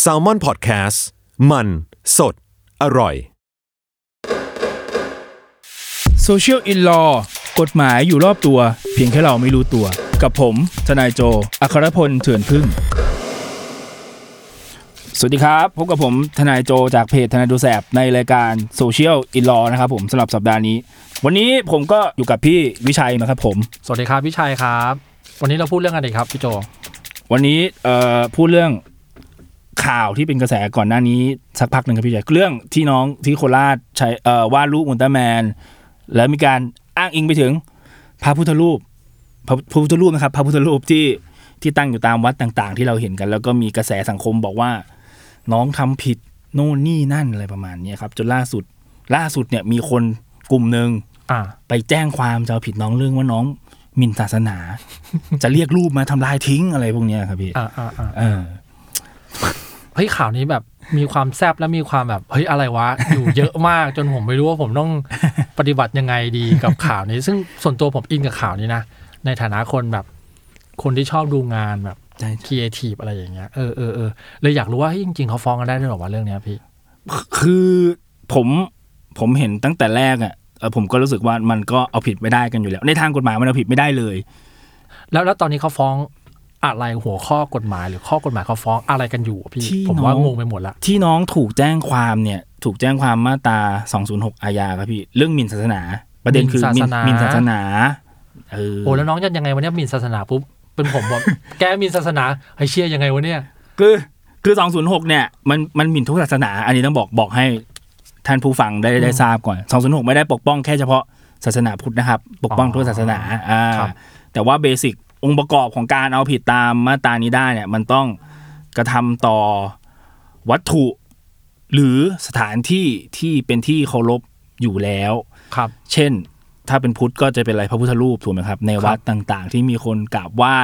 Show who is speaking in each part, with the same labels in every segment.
Speaker 1: แซลมอนพอดแคสต์มันสดอร่อย
Speaker 2: Social in Law กฎหมายอยู่รอบตัว เพียงแค่เราไม่รู้ตัว กับผม ทนายโจ อัครพลเถื่อนพึ่ง สวัสดีครับ พบกับผมทนายโจจากเพจทนายดูแสบในรายการ Social in Law นะครับผมสำหรับสัปดาห์นี้ วันนี้ผมก็อยู่กับพี่วิชัยนะครับผม
Speaker 3: สวัสดีครับพี่ชัยครับ วันนี้เราพูดเรื่องอะไรดีครับพี่โจ
Speaker 2: วันนี้เอ่อพูดเรื่องข่าวที่เป็นกระแสก่อนหน้านี้สักพักหนึ่งครับพี่ใหญ่เรื่องที่น้องที่โคราชใช้เอ่อวาดรูปอุลตร้าแมน แล้วมีการอ้างอิงไปถึงพระพุทธรูปพระพระพุทธรูปนะครับพระพุทธรูปที่ที่ตั้งอยู่ตามวัดต่าง ๆ ที่เราเห็นกัน แล้วก็มีกระแสสังคมบอกว่า น้องทำผิดโน่นนี่นั่นอะไรประมาณเนี้ยครับจนล่าสุดล่าสุดเนี่ยมีคนกลุ่มหนึ่ง
Speaker 3: อ่า
Speaker 2: ไปแจ้งความจะเอาผิดน้องเรื่องว่าน้องหมิ่นศาสนา จะเรียกรูปมาทำลายทิ้งอะไรพวกเนี้ยครับพี่
Speaker 3: อ่าอ่าอ่า
Speaker 2: เออ
Speaker 3: เฮ้ยข่าวนี้แบบมีความแซบและมีความแบบเฮ้ยอะไรวะ อยู่เยอะมากจนผมไม่รู้ว่าผมต้องปฏิบัติยังไงดีกับข่าวนี้ ซึ่งส่วนตัวผมอินกับข่าวนี้นะในฐานะคนแบบ คนที่ชอบดูงานแบบ
Speaker 2: ใช่
Speaker 3: ครีเอทีฟอะไรอย่างเงี้ยเออเออเออเลยอยากรู้ว่าเฮ้ยจริงๆเขาฟ้องกันได้ด้วยเหรอวะเรื่องเนี้ยพี่
Speaker 2: คือผมผมเห็นตั้งแต่แรกอ่ะเอ่อผมก็รู้สึกว่ามันก็เอาผิดไม่ได้กันอยู่แล้ว ในทางกฎหมายมันเอาผิดไม่ได้เลย
Speaker 3: แล้วแล้วตอนนี้เขาฟ้องอะไรหัวข้อกฎหมาย หรือข้อกฎหมายเขาฟ้องอะไรกันอยู่อะพี่
Speaker 2: ที่
Speaker 3: ผมว่า
Speaker 2: น้อง
Speaker 3: งงไปหมดละ
Speaker 2: ที่น้องถูกแจ้งความเนี่ย ถูกแจ้งความมาตรา 206 อาญาครับพี่ เรื่องหมิ่นศาสนา ประเด็นคือหมิ่นหมิ่นศาสนาเออ
Speaker 3: โอ้แล้วน้องจะยังไงวันนี้หมินศาสนาปุ๊บเป็นผม บอก แกหมินศาสนาไอ้เชี่ยยังไงวะเนี่ย
Speaker 2: คือคือ 206 เนี่ยมันมันหมิ่นทุกศาสนา อันนี้ต้องบอกบอกให้ท่านผู้ฟังได้ได้ทราบก่อน 206 ไม่ได้ปกป้องแค่เฉพาะศาสนาพุทธนะครับ ปกป้อง
Speaker 3: อ๋อ
Speaker 2: ทุกศาสนาอ่า
Speaker 3: ครับ
Speaker 2: แต่ว่าเบสิกองค์ประกอบของการเอาผิดตามมาตรานี้ได้เนี่ยมันต้องกระทำต่อวัตถุ หรือสถานที่ที่เป็นที่เคารพอยู่แล้ว
Speaker 3: ครับ
Speaker 2: เช่น ถ้าเป็นพุทธก็จะเป็นอะไรพระพุทธรูปถูกไหมครับ ในวัดต่างๆ ที่มีคนกราบไหว้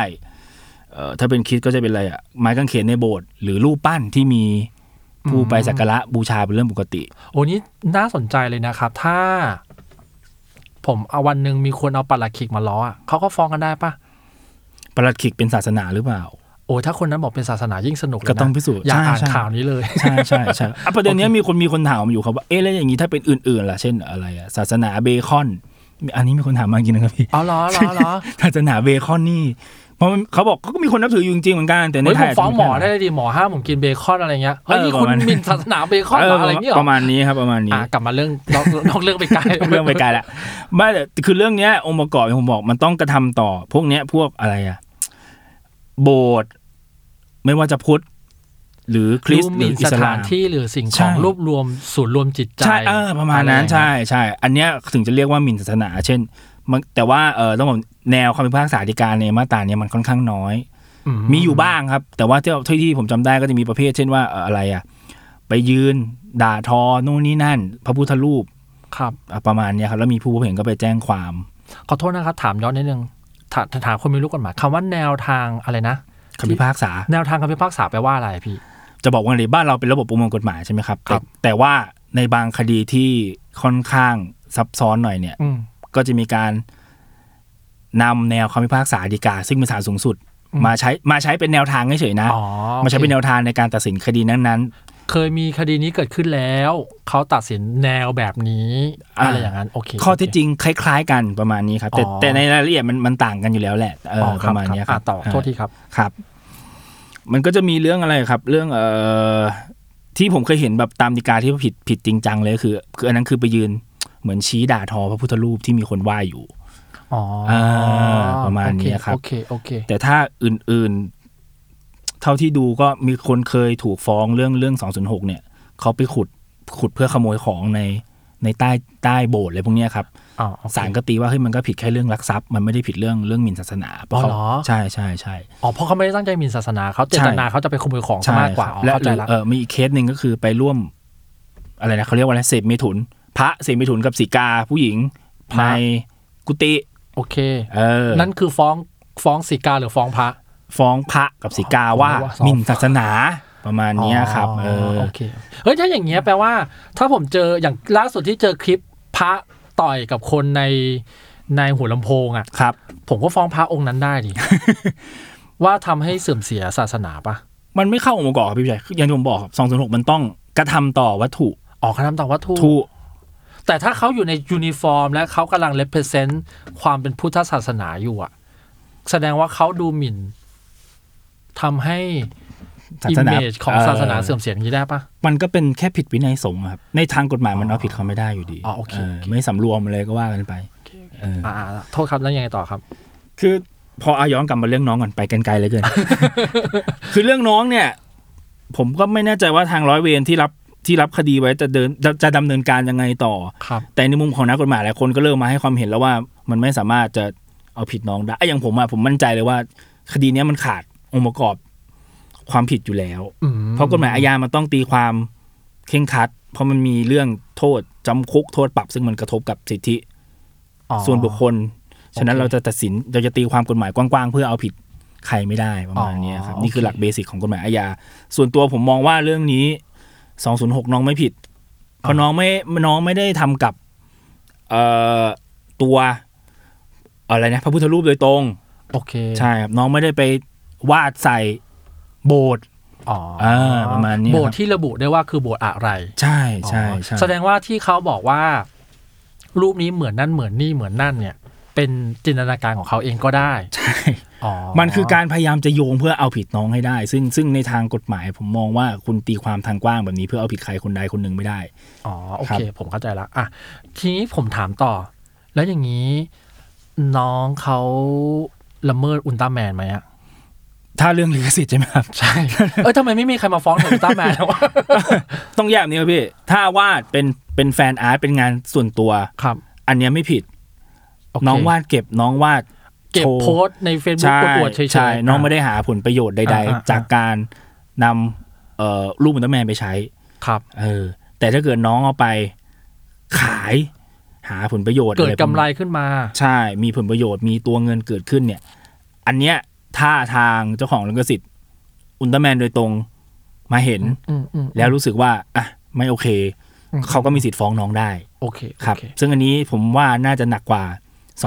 Speaker 2: เอ่อถ้าเป็นคริดก็จะเป็นอะไรอะไม้กางเขนในโบสถ์หรือรูปปั้นที่มีผู้ไปสักการะบูชาเป็นเรื่องปกติ
Speaker 3: โอ้นี่น่าสนใจเลยนะครับ ถ้า ผมเอาวันหนึ่งมีคนเอาปาราคิกมาล้ออะเขาก็ฟ้องกันได้ปะ
Speaker 2: ประหลัดขิกเป็นศาสนาหรือเปล่า
Speaker 3: โอ้ถ้าคนนั้นบอกเป็นศาสนายิ่งสนุกเลยนะ
Speaker 2: ก็ต้องพิสูจน์
Speaker 3: อยาก
Speaker 2: ใช่
Speaker 3: อ่าน
Speaker 2: ใช่
Speaker 3: ข่าวนี้เลย
Speaker 2: ใช่ใช่ใช่อ่ะประเด็นเนี้ยมีคนมีคนถามอยู่ครับว่าเอ๊ะแล้วอย่างนี้ถ้าเป็นอื่นๆล่ะเช่นอะไรอะศาสนาเบคอน อันนี้มีคนถามมาจริงนะครับพี่
Speaker 3: เอาล้อล้อล้อ
Speaker 2: ศาสนาเบคอนนี่เพราะมันเขาบอกเขาก็มีคนนับถืออยู่จริงๆเหมือนกันแต่ใน
Speaker 3: เฮ้ย
Speaker 2: ไท
Speaker 3: ผ
Speaker 2: ย
Speaker 3: มฟ้องหมอได้เลยดิหมอห้ามผมกินเบคอนอะไรเงี้ยเฮ้ย
Speaker 2: เออ
Speaker 3: นี่คุณ
Speaker 2: ประมาณ
Speaker 3: หมินศาสนาเบคอนเหรออะไรเงี้ยเหร
Speaker 2: ป
Speaker 3: อ
Speaker 2: ระมาณนี้ครับประมาณนี้
Speaker 3: อ่ะกลับมาเรื่องนอกนอกเรื่องไปไกล
Speaker 2: เรื่องไปไกลละไม่แต่คือเรื่องเนี้ยองค์ประกอบอย่างผมบอกมันต้องกระทำต่อ พวกเนี้ยพวกอะไรอะโบสถ์ไม่ว่าจะพุทธหรือคริส
Speaker 3: ดู
Speaker 2: ต์
Speaker 3: ห
Speaker 2: หรื
Speaker 3: มิ่
Speaker 2: อน อิ
Speaker 3: ส
Speaker 2: สลา
Speaker 3: ถาม นที่หรือสิ่งข
Speaker 2: ใช่
Speaker 3: องรวบรวมศูนย์รวมจิตใจ
Speaker 2: ใช่เออประมาณนั้น
Speaker 3: อไอย่งเงี้ย
Speaker 2: ใช่ใช่อันเนี้ยถึงจะเรียกว่าหมิ่นศาสนา เช่นมันแต่ว่าเออต้องบอกแนวคำพิพากษาฎีกาในมาตราเนี้ยมันค่อนข้างน้อย
Speaker 3: อื
Speaker 2: มีอยู่บ้างครับ แต่ว่าที่ที่ที่ผมจำได้ก็จะมีประเภท เช่นว่าเอ่ออะไรอะไปยืนด่าทอโน่นนี่นั่น พระพุทธรูป
Speaker 3: ครับ
Speaker 2: อ่ะประมาณเนี้ยครับแล้วมีผู้พบเห็นก็ไปแจ้งความ
Speaker 3: ขอโทษนะครับถามย้อนนิดนึงถาถามคนไม่รู้กฎหมายคำว่าแนวทางอะไรนะ
Speaker 2: คำพิพากษา
Speaker 3: แนวทางคำพิพากษาแปลว่าอะไรพี่
Speaker 2: จะบอกว่าไงดีบ้านเราเป็นระบบประมวลกฎหมายใช่ไหมครับ
Speaker 3: ครับ
Speaker 2: แต่แต่ว่าในบางคดีที่ค่อนข้างซับซ้อนหน่อยเนี่ย
Speaker 3: อืม
Speaker 2: ก็จะมีการนำแนวคำพิพากษาฎีกา ซึ่งเป็นศาลสูงสุด
Speaker 3: อืม
Speaker 2: มาใช้มาใช้เป็นแนวทางเฉยๆนะ
Speaker 3: อ๋อ
Speaker 2: มาใช้เป็นแนวทางในการตัดสินคดีนั้น
Speaker 3: เคยมีคดีนี้เกิดขึ้นแล้ว เขาตัดสินแนวแบบนี้
Speaker 2: อ่า
Speaker 3: อะไรอย่างนั้น โอเค
Speaker 2: ๆ ข้อเที่จริงคล้าย ๆ กันประมาณนี้ครับ แต่
Speaker 3: อ๋อ
Speaker 2: แต่ในรายละเอียดมันมันต่างกันอยู่แล้วแหละเอ
Speaker 3: โอ
Speaker 2: อ
Speaker 3: เคอ๋อ
Speaker 2: ประมาณเนี้ยครับ
Speaker 3: อ่ะต่อโทษทีครับ
Speaker 2: ครับ มันก็จะมีเรื่องอะไรครับ เรื่องเอ่อที่ผมเคยเห็นแบบตามฎีกาที่ผิดผิดจริงจังเลยคือคืออันนั้นคือไปยืนเหมือนชี้ด่าทอพระพุทธรูปที่มีคนไหว้อยู่
Speaker 3: อ๋อ
Speaker 2: อ่าประมาณเนี้ยครับ
Speaker 3: โอเค โอเค
Speaker 2: แต่ถ้าอื่นๆ เท่าที่ดูก็มีคนเคยถูกฟ้องเรื่องเรื่อง 206 เนี่ยเขาไปขุดขุดเพื่อขโมยของใน ในใต้ใต้โบสถ์อะไรพวกเนี้ยครับ
Speaker 3: อ๋อโอเค
Speaker 2: ศาลก็ตีว่าเฮ้ยมันก็ผิดแค่เรื่องลักทรัพย์มันไม่ได้ผิดเรื่องเรื่องหมิ่นศาสนาเพราะ
Speaker 3: อ๋อ
Speaker 2: เขา
Speaker 3: เหรอ
Speaker 2: ใช่ใช่ใช่
Speaker 3: อ๋อเพราะเขาไม่ได้ตั้งใจหมีศาสนาเขาเจต
Speaker 2: ใ
Speaker 3: นา
Speaker 2: ช่
Speaker 3: เขาจะไปขโมยของซะ
Speaker 2: ใช่
Speaker 3: มากกว่า
Speaker 2: ค
Speaker 3: อ๋
Speaker 2: รั
Speaker 3: อบ
Speaker 2: และ
Speaker 3: เข้าใจละ
Speaker 2: เออมีอีกเคสหนึ่งก็คือไปร่วม อะไรนะเขาเรียกว่าอะไรเสพเมถุน พระเสพเมถุนกับสีกาผู้หญิงในกุฏิ
Speaker 3: โอเค
Speaker 2: เออ
Speaker 3: นั่นคือฟ้องฟ้องสีกาหรือฟ้องพระ
Speaker 2: ฟ้องพระกับสีกาว่า
Speaker 3: ฟ้องว่าสอง
Speaker 2: หมิ่นศาสนาประมาณเนี้ยครับ เออ
Speaker 3: โอเคเฮ้ยถ้าอย่างเงี้ยแปลว่า ถ้าผมเจออย่างล่าสุดที่เจอคลิปพระต่อยกับคนในในหัวลำโพงอ่ะ
Speaker 2: ครับ
Speaker 3: ผมก็ฟ้องพระองค์นั้นได้ ดิ ว่าทำให้เสื่อมเสียศาสนาปะ
Speaker 2: มันไม่เข้าองค์ประกอบครับพี่ชัยคืออย่างที่ผมบอกสองส่วนหกมันต้องกระทำต่อวัตถุ
Speaker 3: ออกคำตอบว่าถูก
Speaker 2: ทูก
Speaker 3: แต่ถ้าเขาอยู่ในยูนิฟอร์ม และเขากำลัง represent ความเป็นพุทธศาสนาอยู่อะแสดงว่าเขาดูหมิ่นทำให้
Speaker 2: ศา
Speaker 3: image
Speaker 2: สนา
Speaker 3: ของศาสนาเสื่อ
Speaker 2: ม
Speaker 3: มเสียอย่างนี้ได้ปะ
Speaker 2: มันก็เป็นแค่ผิดวินัยสงฆ์ครับ ในทางกฎหมายมันเอาผิดเขาไม่ได้อยู่ดี
Speaker 3: อ๋อโอเค
Speaker 2: ไม่สำรวมเลยก็ว่ากันไปเออ
Speaker 3: อ่าอ่าโทษครับแล้วยังไงต่อครับ
Speaker 2: คือพออาย้อนกลับมาเรื่องน้องก่อนไปกันไกลเหลย เกิน คือเรื่องน้องเนี่ย ผมก็ไม่แน่ใจว่าทางร้อยเวรที่รับที่รับคดีไว้จะเดินจะจะดำเนินการยังไงต่อ
Speaker 3: ครับ
Speaker 2: แต่ในมุมของนักกฎหมายหลายคนก็เริ่มมาให้ความเห็นแล้วว่ามันไม่สามารถจะเอาผิดน้องได้ไอ้อย่างผมอะผมมั่นใจเลยว่า คดีเนี้ยมันขาดองค์ประกอบความผิดอยู่แล้ว
Speaker 3: อืม
Speaker 2: เพราะกฎหมายอาญามันต้องตีความเคร่งครัด เพราะมันมีเรื่องโทษจำคุกโทษปรับ ซึ่งมันกระทบกับสิทธิ
Speaker 3: อ๋อ
Speaker 2: ส่วนบุคคล ฉะนั้น
Speaker 3: โอเค
Speaker 2: เราจะตัดสิน เราจะตีความกฎหมายกว้างๆ เพื่อเอาผิดใครไม่ได้ประมาณ
Speaker 3: อ๋อ
Speaker 2: เนี้ยครับ
Speaker 3: โอเค
Speaker 2: นี่คือหลักเบสิกของกฎหมายอาญา ส่วนตัวผมมองว่าเรื่องนี้ 206 น้องไม่ผิด เพราะน้องไม่ น้องไม่ได้ทำกับ เอ่อ ตัวอะไรนะ พระพุทธรูปโดยตรง
Speaker 3: โอเค
Speaker 2: ใช่ครับ น้องไม่ได้ไปวาดใส่โบสถ์
Speaker 3: อ๋อ
Speaker 2: อ่าประมาณนี้ครับ
Speaker 3: โบสถ์ที่ระบุได้ว่าคือโบสถ์อะไร
Speaker 2: ใช่ใช่ใช่
Speaker 3: อ๋อแสดงว่าที่เขาบอกว่า รูปนี้เหมือนนั่นเหมือนนี่เหมือนนั่นเนี่ย เป็นจินตนาการของเขาเองก็ได้
Speaker 2: ใช่
Speaker 3: อ๋อ
Speaker 2: มันคือการพยายามจะโยงเพื่อเอาผิดน้องให้ได้ ซึ่งซึ่งในทางกฎหมาย ผมมองว่าคุณตีความทางกว้างแบบนี้เพื่อเอาผิดใครคนใดคนหนึ่งไม่ได้
Speaker 3: อ๋อโอเค ผมเข้าใจละอ่ะทีนี้ผมถามต่อ แล้วอย่างนี้ น้องเขาละเมิดอุลตร้าแมนไหมอะ
Speaker 2: ถ้าเรื่องลิขสิทธิ์ใช่ไหมครับ ใช่
Speaker 3: เอ้ยทำไมไม่มีใครมาฟ้องถึงอุลตร้าแมน วะ
Speaker 2: ต้องแยกแบบนี้ครับพี่ ถ้าวาดเป็นเป็นแฟนอาร์ตเป็นงานส่วนตัว
Speaker 3: ครับ
Speaker 2: อันเนี้ยไม่ผิด
Speaker 3: โเค
Speaker 2: น้องวาดเก็บน้องวาด
Speaker 3: เก็บ
Speaker 2: โชว์
Speaker 3: โพสต์ในเฟซบุ๊ก
Speaker 2: ใช่
Speaker 3: อวดๆเฉยๆ
Speaker 2: ใช่น้องไม่
Speaker 3: ะ
Speaker 2: ได้หาผลประโยชน์ใด
Speaker 3: อ่าอ่าอ่า
Speaker 2: ๆ จากการนำเอ่อรูปอุลตร้าแมนไปใช้
Speaker 3: ครับ
Speaker 2: เออ แต่ถ้าเกิดน้องเอาไปขายหาผลประโยชน์
Speaker 3: เกิด
Speaker 2: อะปะ
Speaker 3: กำ
Speaker 2: มาณ
Speaker 3: ไรขึ้นมา
Speaker 2: ใช่ มีผลประโยชน์ มีตัวเงินเกิดขึ้นเนี่ย อันเนี้ยถ้าทางเจ้าของลิขสิทธิ์ อุลตร้าแมนโดยตรงมาเห็น
Speaker 3: อืมอืม
Speaker 2: แล้วรู้สึกว่า อ่ะ ไม่โอเค
Speaker 3: อืม
Speaker 2: เขาก็มีสิทธิ์ฟ้องน้องได้
Speaker 3: โอเค
Speaker 2: ครับ
Speaker 3: โอเ
Speaker 2: ซึ่งอันนี้ผมว่าน่าจะหนักกว่า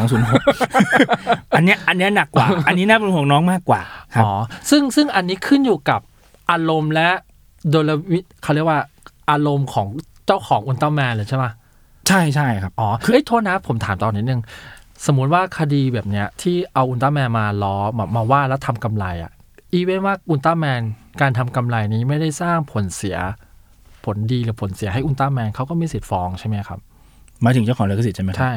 Speaker 2: 206 อันเนี้ยอันเนี้ยหนักกว่า อันนี้น่าเป็นห่วงน้องมากกว่าครับ
Speaker 3: อ๋อ ซึ่งซึ่งอันนี้ขึ้นอยู่กับอารมณ์และโดลวิเขาเรียกว่าอารมณ์ของเจ้าของอุลตร้าแมนเลยใช่ไหม
Speaker 2: ใช่ใช่ครับ
Speaker 3: อ๋อเอ้ยโทษนะผมถามตอนนิดนึง สมมุติว่าคดีแบบเนี้ย ที่เอาอุลตร้าแมนมาล้อมามาว่าแล้วทำกำไรอ่ะ อีเวนว่าอุลตร้าแมนการทำกำไรนี้ไม่ได้สร้างผลเสีย ผลดีหรือผลเสียให้อุลตร้าแมนเขาก็มีสิทธิ์ฟ้องใช่ไหมครับ
Speaker 2: มาถึงเจ้าของลิขสิทธิ์ใช่ไหมครับ
Speaker 3: ใช่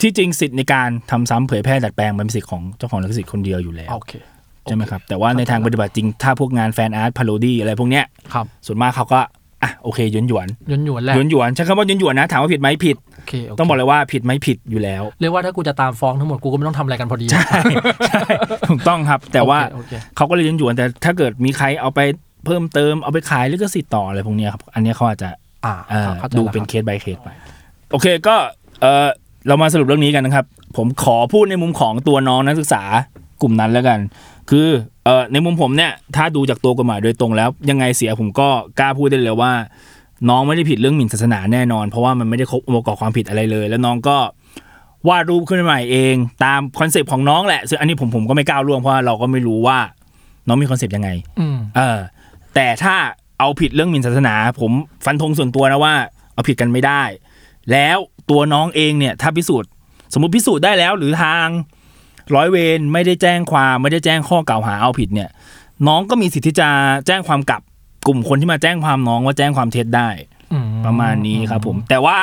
Speaker 2: ที่จริงสิทธิ์ในการทำซ้ำเผยแพร่ดัดแปลงมันเป็นสิทธิ์ของเจ้าของลิขสิทธิ์คนเดียวอยู่แล้ว
Speaker 3: โอเค
Speaker 2: ใช่ไหมครับ แต่ว่าใน
Speaker 3: เข้าใจ
Speaker 2: ทางปฏิบัติจริง ถ้าพวกงานแฟนอาร์ตพาโรดี้อะไรพวกเนี้ย
Speaker 3: ครับ
Speaker 2: ส่วนมากเขาก็อ่ะโอเคหยวนหยวน
Speaker 3: หยวนหยวนๆแหละ
Speaker 2: หยวนหยวนๆใช้คำว่าหยวนหยวนๆนะ ถามว่าผิดไหมผิด
Speaker 3: โอเคโเค
Speaker 2: ต้องบอกเลยว่าผิดไหมผิดอยู่แล้ว
Speaker 3: เรียกว่าถ้ากูจะตามฟ้องทั้งหมดกูก็ไม่ต้องทำอะไรกันพอดี
Speaker 2: ใช่ใช่ถูกต้องครับ แต่ว่า
Speaker 3: โอเคโอเค
Speaker 2: เขาก็เลยหยวนหยวนๆแต่ถ้าเกิดมีใครเอาไปเพิ่มเติมเอาไปขายลิขสิทธิ์ต่ออะไรพวกเนี้ยครับ อันเนี้ยเขาอาจจะ
Speaker 3: อ่า
Speaker 2: เอ่อ
Speaker 3: เข้าใจ
Speaker 2: ดู
Speaker 3: แล้ว
Speaker 2: เป็นเค
Speaker 3: ครับ
Speaker 2: ส by เคสไป โอเคก็เออเรามาสรุปเรื่องนี้กันนะครับ ผมขอพูดในมุมของตัวน้องนักศึกษากลุ่มนั้นแล้วกัน คือเออในมุมผมเนี่ยถ้าดูจากตัวกฎหมายโดยตรงแล้ว ยังไงเสียผมก็กล้าพูดได้เลยว่า น้องไม่ได้ผิดเรื่องหมิ่นศาสนาแน่นอน เพราะว่ามันไม่ได้ครบองค์ประกอบความผิดอะไรเลย แล้วน้องก็วาดรูปขึ้นมาใหม่เอง ตามคอนเซปต์ของน้องแหละซึ่งอันนี้ผมผมก็ไม่ก้าวล่วงเพราะว่าเราก็ไม่รู้ว่า น้องมีคอนเซปต์ยังไง
Speaker 3: อืม
Speaker 2: เออแต่ถ้าเอาผิดเรื่องหมิ่นศาสนา ผมฟันธงส่วนตัวนะว่า เอาผิดกันไม่ได้ แล้วตัวน้องเองเนี่ยถ้าพิสูจน์ สมมติพิสูจน์ได้แล้ว หรือทางร้อยเวรไม่ได้แจ้งความไม่ได้แจ้งข้อกล่าวหาเอาผิดเนี่ย น้องก็มีสิทธิ์ที่จะแจ้งความกลับกลุ่มคนที่มาแจ้งความน้องว่าแจ้งความเท็จได้
Speaker 3: อื
Speaker 2: ประมาณนี้ครับผม แต่ว่า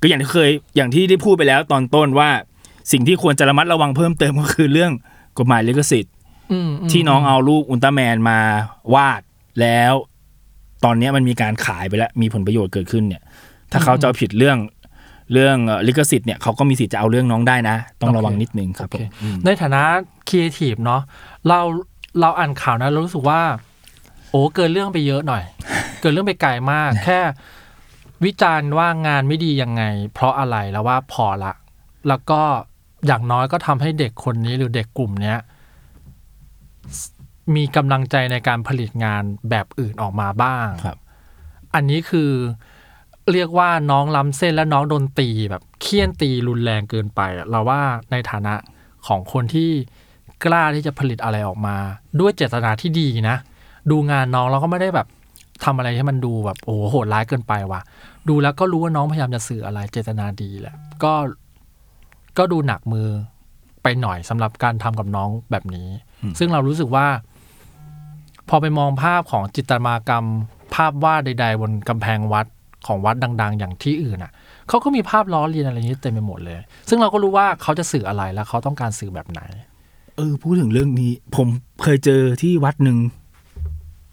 Speaker 2: ก็อย่างที่เคยอย่างที่ได้พูดไปแล้วตอนต้นว่า สิ่งที่ควรจะระมัดระวังเพิ่มเติมก็คือเรื่องกฎหมายลิขสิทธิ
Speaker 3: อืมม
Speaker 2: ที่น้องเอารูปอุลตร้าแมนมาวาดแล้ว ตอนเนี้ยมันมีการขายไปแล้ว มีผลประโยชน์เกิดขึ้นเนี่ย ถ้าเขาจะเอาผิดเรื่องเรื่องเอ่อลิขสิทธิ์เนี่ยเขาก็มีสิทธิ์จะเอาเรื่องน้องได้นะ ต้องระวังนิดนึงครับ
Speaker 3: โอ
Speaker 2: ผ
Speaker 3: เค
Speaker 2: ม
Speaker 3: ในฐานะครีเอทีฟเนาะเราเราอ่านข่าวนะเรารู้สึกว่า โอ้เกินเรื่องไปเยอะหน่ อย เกินเรื่องไปไกลมาก แค่วิจารณ์ว่างานไม่ดียังไง เพราะอะไรแล้วว่าพอละ แล้วก็อย่างน้อยก็ทำให้เด็กคนนี้หรือเด็กกลุ่มเนี้ยสมีกำลังใจในการผลิตงานแบบอื่นออกมาบ้าง
Speaker 2: ครับ
Speaker 3: อันนี้คือเรียกว่าน้องล้ำเส้นและน้องโดนตีแบบเคี่ยนตีรุนแรงเกินไปอะเราว่าในฐานะของคนที่กล้าที่จะผลิตอะไรออกมา ด้วยเจตนาที่ดีนะ ดูงานน้องเราก็ไม่ได้แบบทำอะไรให้มันดูแบบโอ้โหโหดร้ายเกินไปว่ะ ดูแล้วก็รู้ว่าน้องพยายามจะสื่ออะไรเจตนาดีแหละ ก็ก็ดูหนักมือไปหน่อยสำหรับการทำกับน้องแบบนี้ ซึ่งเรารู้สึกว่า พอไปมองภาพของจิตรมากรรม ภาพวาดใด ๆ บนกำแพงวัดของวัดดัง ๆ อย่างที่อื่นอ่ะเขาก็มีภาพล้อเลียนอะไรอย่างนี้เต็มไปหมดเลย ซึ่งเราก็รู้ว่าเขาจะสื่ออะไรและเขาต้องการสื่อแบบไหน
Speaker 2: เออพูดถึงเรื่องนี้ ผมเคยเจอที่วัดหนึ่ง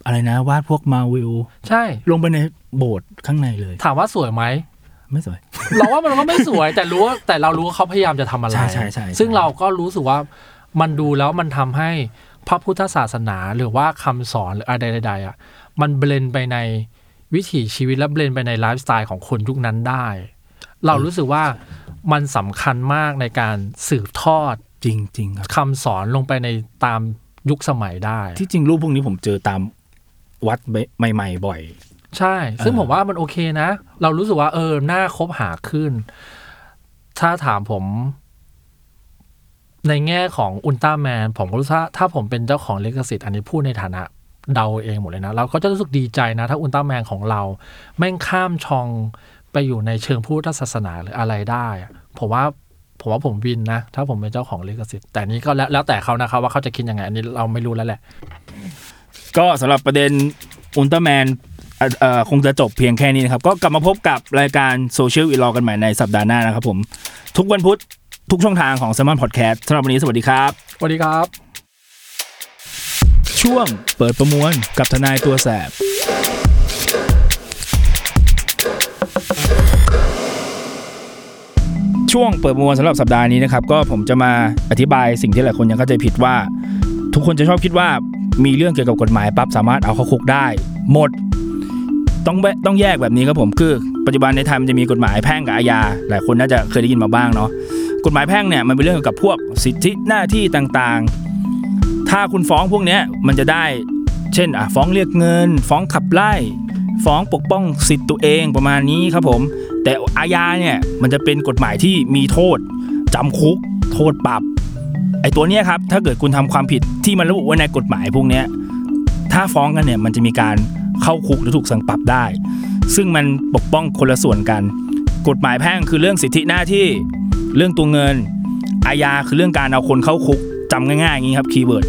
Speaker 2: อะไรนะวาดพวกมาวิล
Speaker 3: ใช่
Speaker 2: ลงไปในโบสถ์ข้างในเลย
Speaker 3: ถามว่าสวยไหม
Speaker 2: ไม่สวย
Speaker 3: เราว่ามันก็ไม่สวย แต่รู้ว่าแต่เรารู้ว่าเขาพยายามจะทำอะไร
Speaker 2: ใช่ใช่ใช่ใช่
Speaker 3: ซึ่งเราก็รู้สึกว่ามันดูแล้วมันทำให้พระพุทธศาสนาหรือว่าคำสอนหรืออะไรใด ๆอ่ะมันเบลนไปในวิถีชีวิตและเบลนไปในไลฟ์สไตล์ของคนยุคนั้นได้ เรารู้สึกว่ามันสำคัญมากในการสืบทอด
Speaker 2: จริงจริงครับ
Speaker 3: คำสอนลงไปในตามยุคสมัยได้
Speaker 2: ที่จริงรูปพวกนี้ผมเจอตามวัดใหม่ๆบ่อย
Speaker 3: ใช่ ซึ่ง
Speaker 2: เออ
Speaker 3: ผมว่ามันโอเคนะ เรารู้สึกว่าเออหน้าคบหาขึ้น ถ้าถามผม ในแง่ของอุลตร้าแมน ผมก็รู้สึกว่าถ้าผมเป็นเจ้าของลิขสิทธิ์อันนี้พูดในฐานะเดาเองหมดเลยนะ เราก็จะรู้สึกดีใจนะ ถ้าอุลตร้าแมนของเรา แม่งข้ามช่องไปอยู่ในเชิงพุทธศาสนาหรืออะไรได้อะผมว่าผมว่าผมวินนะ ถ้าผมเป็นเจ้าของลิขสิทธิ์แต่นี้ก็แล้วแล้วแต่เขานะครับว่าเขาจะคิดยังไงอันนี้เราไม่รู้แล้วแหละ
Speaker 2: ก็สำหรับประเด็นอุลตร้าแมนเอ่อเอ่อคงจะจบเพียงแค่นี้นะครับ ก็กลับมาพบกับรายการโซเชียลอีลอกันใหม่ในสัปดาห์หน้านะครับผม ทุกวันพุธทุกช่องทางของ s ซ m ม n Podcast สำหรับวันนี้สวัสดีครับ
Speaker 3: สวัสดีครับ
Speaker 2: ช่วงเปิดประมวลกับทนายตัวแสบ ช่วงเปิดประมวลสำหรับสัปดาห์นี้นะครับ ก็ผมจะมาอธิบายสิ่งที่หลายคนยังเข้าใจผิดว่า ทุกคนจะชอบคิดว่ามีเรื่องเกี่ยวกับกฎหมายปั๊บสามารถเอาเข้าคุกได้ หมด ต้องแวต้องแยกแบบนี้ครับผมคือ ปัจจุบันในไทยมันจะมีกฎหมายแพ่งกับอาญาหลายคนน่าจะเคยได้ยินมาบ้างเนาะกฎหมายแพ่งเนี่ยมันเป็นเรื่องเกี่ยวกับพวกสิทธิหน้าที่ต่างๆ ถ้าคุณฟ้องพวกเนี้ยมันจะได้ เช่นอ่ะฟ้องเรียกเงิน ฟ้องขับไล่ ฟ้องปกป้องสิทธิ์ตัวเองประมาณนี้ครับผม แต่อาญาเนี่ยมันจะเป็นกฎหมายที่มีโทษจำคุก โทษปรับ ไอตัวเนี้ยครับถ้าเกิดคุณทำความผิดที่มันระบุไว้ในกฎหมายพวกเนี้ยถ้าฟ้องกันเนี่ยมันจะมีการเข้าคุกหรือถูกสั่งปรับได้ ซึ่งมันปกป้องคนละส่วนกัน กฎหมายแพ่งคือเรื่องสิทธิหน้าที่เรื่องตัวเงิน อาญาคือเรื่องการเอาคนเข้าคุกจำง่ายๆอย่างนี้ครับคีย์เวิร์ด